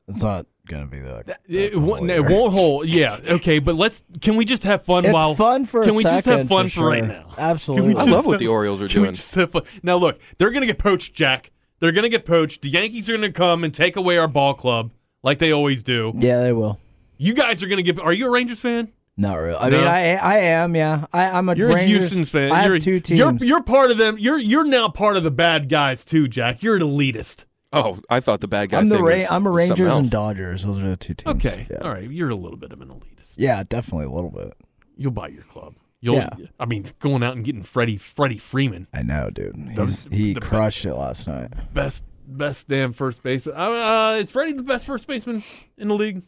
It's not gonna be the.
It won't, no, it won't hold. Yeah. Okay. But let's. Can we just have fun
It's
while
fun for a
Can we just
second,
have fun
for
for,
sure.
right now?
Absolutely.
Can
I
we
love
just-
what the Orioles
are
can we
doing.
just have fun? Now look, they're gonna get poached, Jack. They're gonna get poached. The Yankees are gonna come and take away our ball club like they always do.
Yeah, they will.
You guys are gonna get. Are you a Rangers fan?
Not really. I
No.
mean, I I am. Yeah, I, I'm a.
You're
Rangers,
a Houston fan.
I have
you're,
two teams.
You're, you're part of them. You're you're now part of the bad guys too, Jack. You're an elitist.
Oh, I thought the bad guy.
I'm the
thing
Ra-
was
I'm a
something
Rangers and
else.
Dodgers. Those are the two teams.
Okay.
Yeah,
All right. You're a little bit of an elitist.
yeah definitely a little bit.
You'll buy your club. You'll.
Yeah.
I mean, going out and getting Freddie Freddie Freeman.
I know, dude. He's, he crushed it last night.
best best damn first baseman. Uh, uh, is Freddie the best first baseman in the league?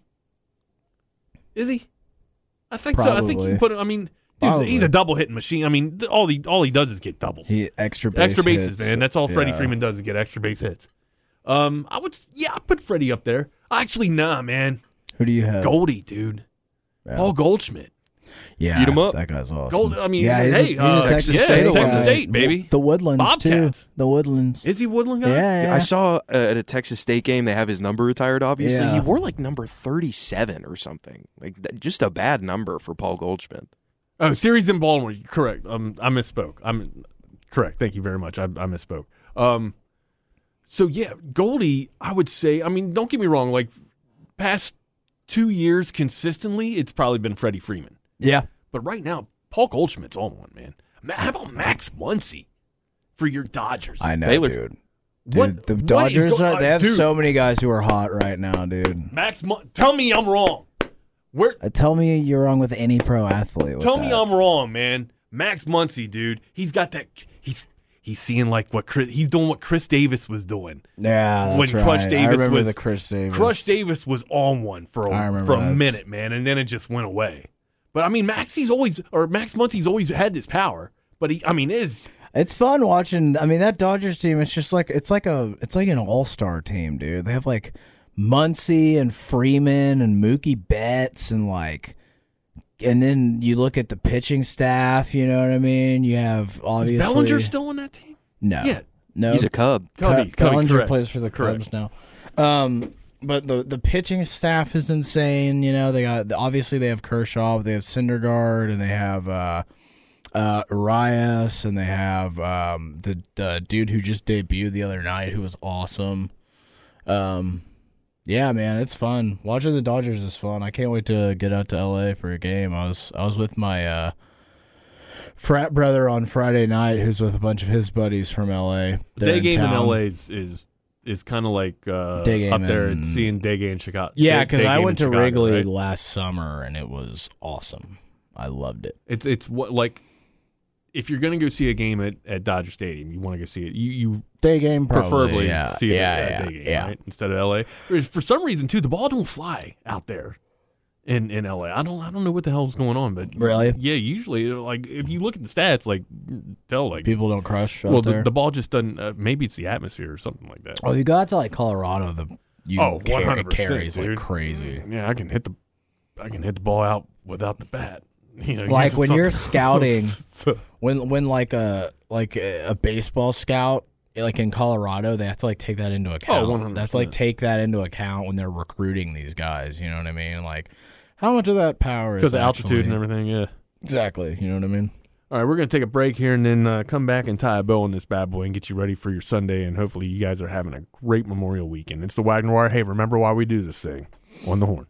Is he? I think so. I think you
Probably.
can put. him- I mean, dude,
Probably.
he's a double hitting machine. I mean, th- all he all he does is get doubles,
He extra base
extra bases,
hits.
man. That's all Freddie
Yeah.
Freeman does is get extra base hits. Um, I would, s- yeah, I put Freddie up there. Actually, nah, man,
Who do you have?
Goldie, dude, Paul Goldschmidt.
Yeah,
Eat 'em up.
That guy's awesome.
Gold- I mean,
yeah, he's a-
hey,
he's a
uh,
Texas
yeah,
State
Texas
guy.
State, baby.
The Woodlands
Bobcats.
too. The Woodlands.
Is he Woodland guy?
Yeah, yeah.
I saw uh, at a Texas State game they have his number retired. Obviously,
Yeah.
he wore like number thirty-seven or something. Like that, just a bad number for Paul Goldschmidt.
Oh, series in Baltimore. You're Correct. Um, I misspoke. I'm correct. Thank you very much. I, I misspoke. Um, so yeah, Goldie. I would say. I mean, don't get me wrong. Like past two years consistently, it's probably been Freddie Freeman.
Yeah.
But right now, Paul Goldschmidt's on one man. Ma- How about Max Muncy for your Dodgers?
I know,
Baylor.
dude. Dude,
What-
the
what is
Dodgers
go-
are, they
uh,
have
dude.
so many guys who are hot right now, dude.
Max. Mun- tell me I'm wrong. Where
Uh, tell me you're wrong with any pro athlete. with
Tell me
that.
I'm wrong, man. Max Muncy, dude, he's got that. He's he's seeing like what Chris. He's doing what Chris Davis was doing.
Yeah, that's
when Crush
right.
Davis
I remember
was
the Chris Davis.
Crush Davis was on one for
I
a,
remember
for a
that's-
minute, man, and then it just went away. But I mean, Maxie's always or Max Muncy's always had this power. But he, I mean, is
It's fun watching. I mean, that Dodgers team. It's just like it's like a it's like an all star team, dude. They have like Muncie and Freeman and Mookie Betts and like, and then you look at the pitching staff. You know what I mean? You have obviously
is Bellinger still on that team?
no,
Yeah.
no.
He's a Cub.
Cubby,
Pe-
Cubby,
Bellinger
correct.
plays for the
Correct.
Cubs now. Um, but the the pitching staff is insane. You know, they got obviously they have Kershaw, but they have Syndergaard, and they have uh, uh, Arias, and they have um, the the dude who just debuted the other night, who was awesome. Um, yeah, man, it's fun. Watching the Dodgers is fun. I can't wait to get out to LA for a game. I was I was with my uh, frat brother on Friday night, who's with a bunch of his buddies from LA.
The
They're
day game
town.
in LA is is, is kind of like uh,
Day game
up there
in-
at seeing day game in Chicago.
Yeah,
day-
because
day
I
game
went
in
to
Chicago,
Wrigley
right?
last summer and it was awesome. I loved it.
It's it's what like if you're gonna go see a game at, at Dodger Stadium, you want to go see it. You you
Day game, probably.
preferably
yeah,
see it at
yeah,
a
yeah,
day game,
yeah.
right? Instead of LA. Whereas For some reason too, the ball don't fly out there in, in LA. I don't I don't know what the hell's going on, but
Really?
Yeah, usually like if you look at the stats, like tell like
People don't crush out
well the,
there.
the ball just doesn't. Uh, maybe it's the atmosphere or something like that.
oh, you got to like Colorado. The you
Oh,
carry-
100%,
carries like
dude.
crazy.
Yeah, I can hit the I can hit the ball out without the bat. You know,
Like when you're
something-
scouting, when when like a like a, a baseball scout eh, like in Colorado, they have to like take that
Oh,
into account.
100%.
That's like take that into account when they're recruiting these guys. You know what I mean? Like how much of that power is
because of altitude and
actually-
everything. Yeah.
Exactly. You know what I mean?
All right, we're going to take a break here and then uh, come back and tie a bow on this bad boy and get you ready for your Sunday. And hopefully, you guys are having a great Memorial weekend. It's the Wagner Wire. Hey, remember why we do this thing on the horn.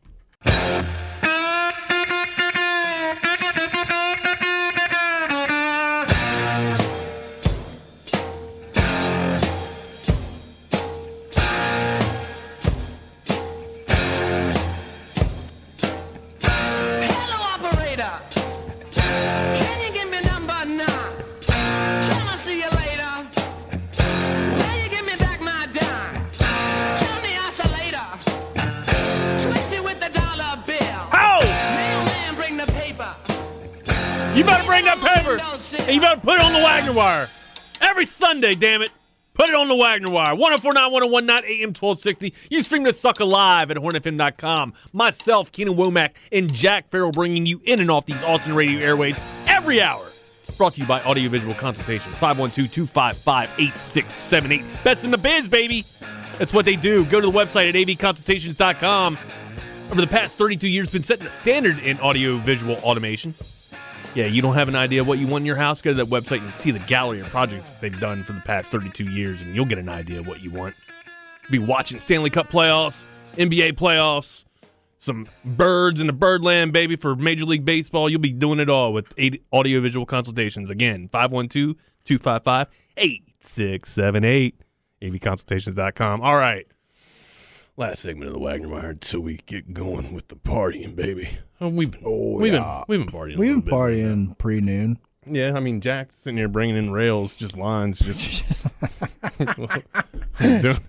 Hello, operator. Can you give me number nine? Come and see you later. Will you give me back my dime? Tell me I said later. Twist it with the dollar bill.
Oh!
Mailman, bring the paper.
You better bring that paper and you better put it on the Wagner Wire every Sunday. Damn it, put it on the Wagner Wire. 1049 1019 AM 1260. You stream this sucker live at hornfm.com. Myself, Keenan Womack, and Jack Farrell bringing you in and off these Austin radio airways every hour. Brought to you by Audiovisual Consultations 512 255 8678. Best in the biz, baby. That's what they do. Go to the website at avconsultations.com. over the past 32 years been setting the standard in audiovisual automation. Yeah, you don't have an idea what you want in your house? Go to that website and see the gallery of projects that they've done for the past 32 years, and you'll get an idea of what you want. Be watching Stanley Cup playoffs, NBA playoffs, some birds in the birdland, baby, for Major League Baseball. You'll be doing it all with eight audiovisual consultations. Again, 512 255 8678, avconsultations.com. All right. Last segment of the Wagner Wire until we get going with the partying, baby. Oh, we've been, we've
yeah.
been, we've been partying. a
We've
little
been
bit.
partying pre noon.
Yeah, I mean, Jack's sitting here bringing in rails, just lines, just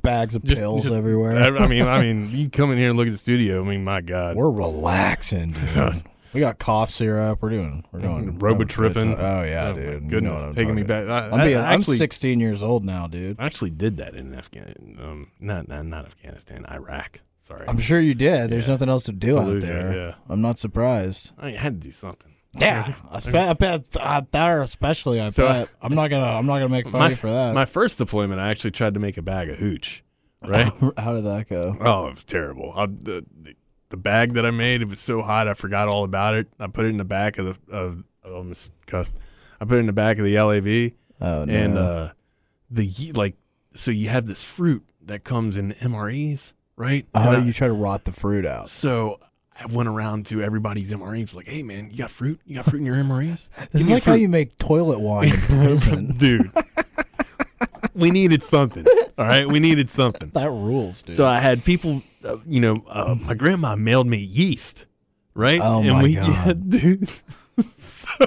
bags of pills everywhere.
I mean, I mean, you come in here and look at the studio. I mean, my God,
we're relaxing, dude. we got cough syrup. We're doing. We're going.
Robotripping.
Oh yeah,
Mm-hmm. Oh, my
dude. You know
goodness,
what I'm
taking me
talking
back.
about.
I-
I'm,
I-
being,
I
I'm
actually-
16 years old now, dude.
I actually did that in Afghanistan. Um, not, not not Afghanistan, Iraq. Sorry,
I'm sure you did. There's nothing else to do
Fallujah,
out there.
yeah.
I'm not surprised.
I had to do something.
Yeah, I, spe- I bet out there especially. I
So,
bet I'm not gonna. I'm not gonna make fun of
my,
you for that. Oh,
my first deployment, I actually tried to make a bag of hooch. Right?
How did that go?
Oh, it was terrible. I, the, the- the bag that I made, it was so hot, I forgot all about it. I put it in the back of the of I almost cussed. I put it in the back of the LAV.
Oh no.
And uh, the ye- like, so you have this fruit that comes in MREs, right?
Oh,
And I-
you try to rot the fruit out.
so I went around to everybody's MREs, like, hey man, you got fruit? You got fruit in your MREs?
This is
me
like how
fruit.
you make toilet wine in prison.
dude. we needed something. All right, we needed something.
That rules, dude.
So I had people, uh, you know, uh, my grandma mailed me yeast, right?
Oh, my God.
yeah, dude. so,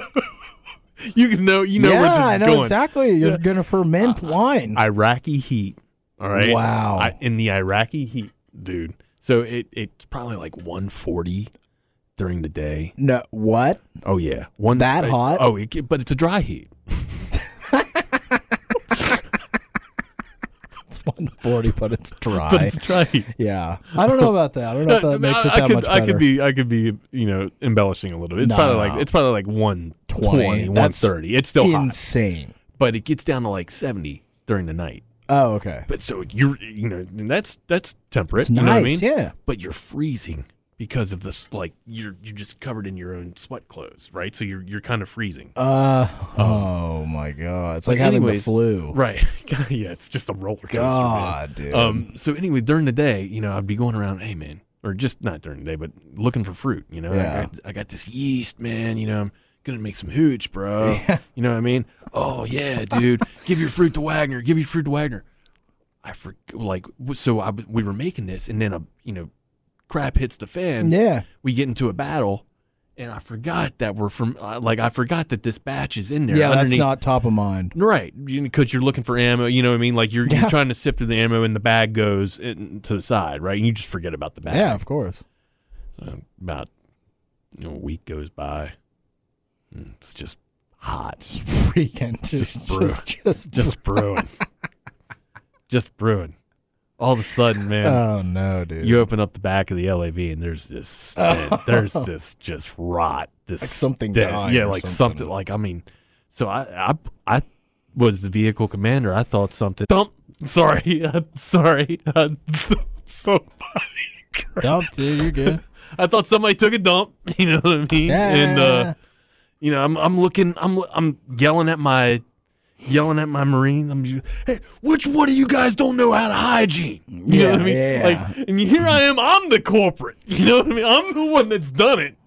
you can know, you know,
yeah,
where this is
I know
going.
exactly. You're
Yeah. Uh,
gonna ferment wine.
Iraqi heat. All right.
Wow.
I, in the Iraqi heat, dude. So it it's probably like 140 during the day.
no, what?
Oh yeah, one
That
I-
hot?
Oh, it, get- but it's a dry heat.
It's 140, but it's dry.
But it's dry heat.
yeah, I don't know about that. I don't know if
No,
that makes it
I,
that
I could,
much
I
better.
could be, I could be, you know, embellishing a little bit. It's
No,
probably
no,
like
no.
it's probably like 120, 130. It's still hot.
insane.
but it gets down to like 70 during the night.
Oh, okay.
But so you're, you know, and that's that's temperate.
It's
you know what I mean?
nice, yeah.
But you're freezing because of this. Like you're you're just covered in your own sweat clothes, right? So you're you're kind of freezing.
Uh, oh my god, it's
But
like having
anyways-
the flu.
Right. yeah, it's just a roller coaster.
God,
man.
dude.
Um so anyway, during the day, you know, I'd be going around, hey man, or just not during the day, but looking for fruit, you know.
Yeah.
I got I got this yeast, man, you know, I'm gonna make some hooch, bro. You know what I mean? Oh yeah, dude. give your fruit to Wagner, give your fruit to Wagner. I for like w- so I w- we were making this and then a you know, crap hits the fan.
Yeah.
We get into a battle. And I forgot that we're from, uh, like, I forgot that this batch is in there.
Yeah, that's
underneath-
not top of mind.
Right, because you're looking for ammo. You know what I mean? Like you're,
Yeah.
you're trying to sift through the ammo, and the bag goes in, to the side, right? And you just forget about the bag.
Yeah, of course.
Um, about you know, a week goes by. and It's just hot,
Freaking just,
Just
just,
brew.
just,
just brewing, just brewing. All of a sudden, man,
Oh no, dude.
you open up the back of the LAV, and there's this, stench- there's this just rot, this
Like something
stench.
died
yeah,
or
like
something.
something. Like I mean, so I, I, I was the vehicle commander. I thought something. Dump. Sorry, uh, sorry. Uh, somebody.
Dump, dude. You're good.
I thought somebody took a dump. You know what I mean? And uh, you know, I'm, I'm looking, I'm, I'm yelling at my, yelling at my Marines. I'm just, hey, which one of you guys don't know how to hygiene? You know
Yeah,
what I mean?
yeah,
Like, and here I am. I'm the corporate. You know what I mean? I'm the one that's done it.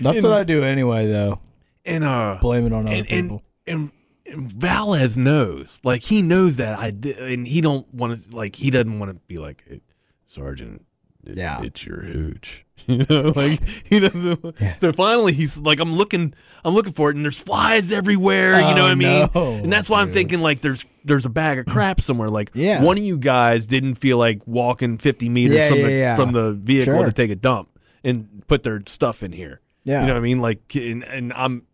That's
And-
what I do anyway, though.
And uh,
Blame it on other
and and,
people.
and and Valez knows, like he knows that I did, and he don't want to, like he doesn't want to be like "Hey, Sergeant. it-
Yeah.
it's your hooch. You know, like he doesn't. So finally, he's like, I'm looking, I'm looking for it, and there's flies everywhere. you know
Oh,
what I mean?
no,
and that's why I'm
dude.
thinking like there's there's a bag of crap somewhere. Like
Yeah.
one of you guys didn't feel like walking 50 meters
Yeah,
from
yeah,
the
yeah.
from the vehicle
Sure.
to take a dump and put their stuff in here.
Yeah.
You know what I mean? Like, and, and I'm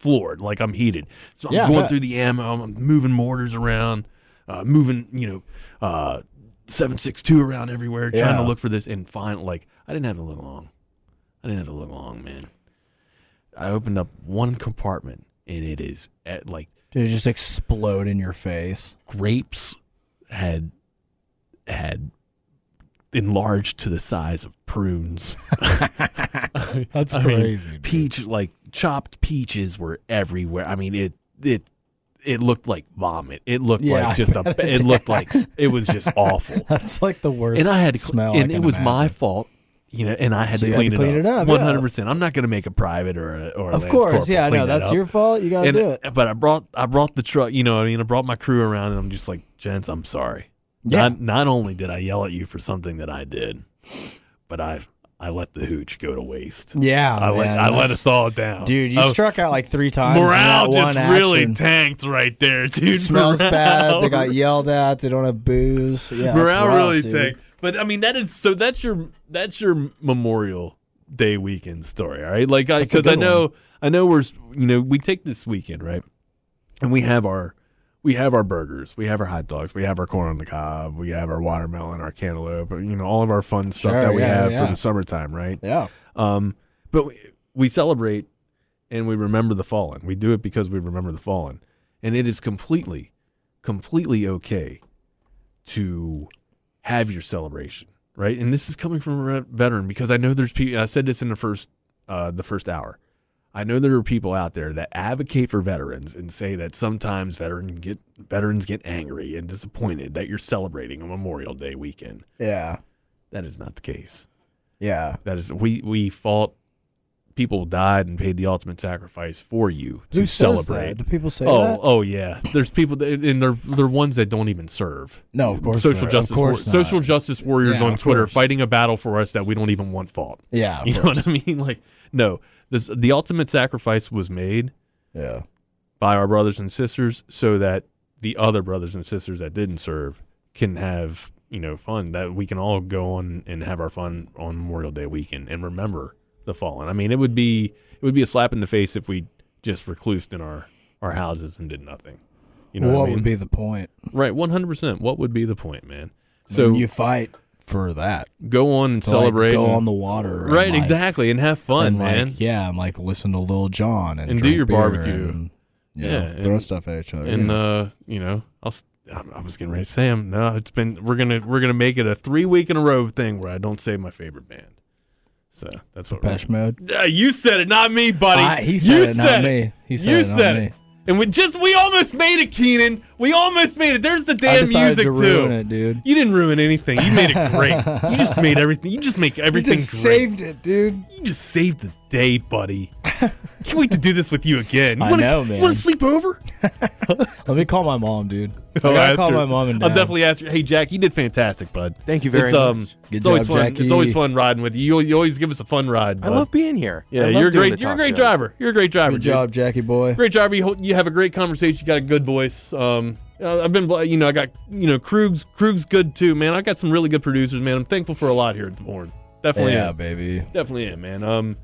floored, like I'm heated. So I'm
Yeah, I
going
bet.
through the ammo, I'm moving mortars around, uh, moving, you know, uh, 762 around everywhere, trying
Yeah.
to look for this and find, like, I didn't have to look long. I didn't have to look long, man. I opened up one compartment and it is at like
Dude, just explode in your face.
grapes had had enlarged to the size of prunes.
That's
I mean,
crazy, dude.
peach like chopped peaches were everywhere. I mean it it it looked like vomit. It looked
Yeah, I
like just a
bet
it
it
looked
did.
like it was just awful.
That's like the worst.
and I had to cl-
smell. I
and it
can
was my
imagine.
fault. You know, and I had
So
to
you had
clean,
to clean
it
it up,
up.
yeah.
One hundred percent. I'm not going to make a private or a, or a
Of
Lance
course,
corporal
yeah, I
clean
know.
that
That's
up.
your fault. You gotta
And-
do it.
But I brought I brought the truck. You know, what I mean, I brought my crew around, and I'm just like, gents, I'm sorry.
Yeah.
Not not only did I yell at you for something that I did, but I I let the hooch go to waste.
Yeah,
I let
Oh, man,
I let
that's-
us all down,
Dude, you
I-
struck out like three times. in
Morale
that one
just really
action.
tanked right there, dude.
Smells
Morale.
bad. They got yelled at. They don't have booze. Yeah, that's
morale
rough,
really
dude.
tanked. But I mean, that is so. That's your that's your Memorial Day weekend story, all right? Like,
That's a
because I,
good
know I know we're s- you know we take this weekend right, and we have our we have our burgers, we have our hot dogs, we have our corn on the cob, we have our watermelon, our cantaloupe, you know, all of our fun stuff
Sure,
that we
yeah,
have
yeah.
for the summertime, right?
Yeah.
Um, but we, we celebrate and we remember the fallen. We do it because we remember the fallen, and it is completely, completely okay to have your celebration, right? And this is coming from a re- veteran because I know there's people. I said this in the first, uh, the first hour. I know there are people out there that advocate for veterans and say that sometimes veteran get veterans get angry and disappointed that you're celebrating a Memorial Day weekend.
Yeah.
That is not the case.
Yeah.
That is we we fought. People died and paid the ultimate sacrifice for you to
Who says that?
celebrate.
Do people say
oh,
that?
Oh, yeah. There's people, that, and they're they're ones that don't even serve.
No, of course
Social
not. Of
justice,
course
war- social
not.
justice warriors
Yeah,
on
of
Twitter
course.
fighting a battle for us that we don't even want fought.
Yeah, of
you know what I mean. Like, no, this the ultimate sacrifice was made.
Yeah.
By our brothers and sisters, so that the other brothers and sisters that didn't serve can have you know fun. That we can all go on and have our fun on Memorial Day weekend and remember the fallen. I mean, it would be it would be a slap in the face if we just reclused in our our houses and did nothing. You know
what
I mean?
would be the point?
Right, one hundred percent. What would be the point, man?
So
So
you fight for that.
go on and
To, like,
celebrate.
go
and-
on the water. and,
Right,
like-
exactly, and have fun,
and, like,
man.
yeah, and like listen to Lil John and,
And do
drink
your
beer
barbecue.
and, you
Yeah,
know, throw
and-
stuff at each other.
and
yeah.
uh, you know, I'll. s- I'm- I was getting ready to say 'em. No, it's been we're gonna we're gonna make it a three week in a row thing where I don't say my favorite band. So that's what
Depeche Mode.
we're. Uh, you said it, not me, buddy.
I- he
You
said it, not me. He said
you
it, not
said
me.
it. And we just we almost made it, Keenan. We almost made it. There's the
I
damn
decided
music
to ruin
too.
it, dude.
You didn't ruin anything. You made it great. you just made everything. You just make everything
just
great.
saved it, dude.
You just saved the day, buddy. Can't wait to do this with you again. You
I
wanna,
know,
You
man.
want to sleep over?
Let me call my mom, dude.
I'll
I gotta
ask
call
her.
my mom and dad.
I'll definitely ask her. Hey, Jack, you did fantastic, bud.
Thank you very
it's, um,
much.
It's
Good
always
job,
fun. It's always
Jackie.
fun riding with you. You, you always give us a fun ride.
I
bud.
love being here. I
Yeah,
love
you're
doing the
great. You're a
talk
great
shows.
driver. You're a great driver.
Good
dude.
job, Jackie boy.
Great driver. You, hold- you have a great conversation. You got a good voice. Um, uh, I've been, bl- you know, I got, you know, Krug's Krug's good too, man. I got some really good producers, man. I'm thankful for a lot here at the Horn. Definitely.
Yeah,
am.
baby.
Definitely am, man. Um,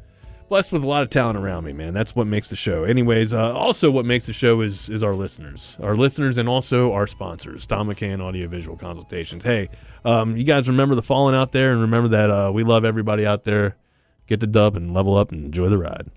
blessed with a lot of talent around me, man. That's what makes the show. Anyways, uh, also what makes the show is is our listeners, our listeners, and also our sponsors, Tom McCann Audiovisual Consultations. Hey, um, you guys remember the fallen out there, and remember that uh, we love everybody out there. Get the dub and level up and enjoy the ride.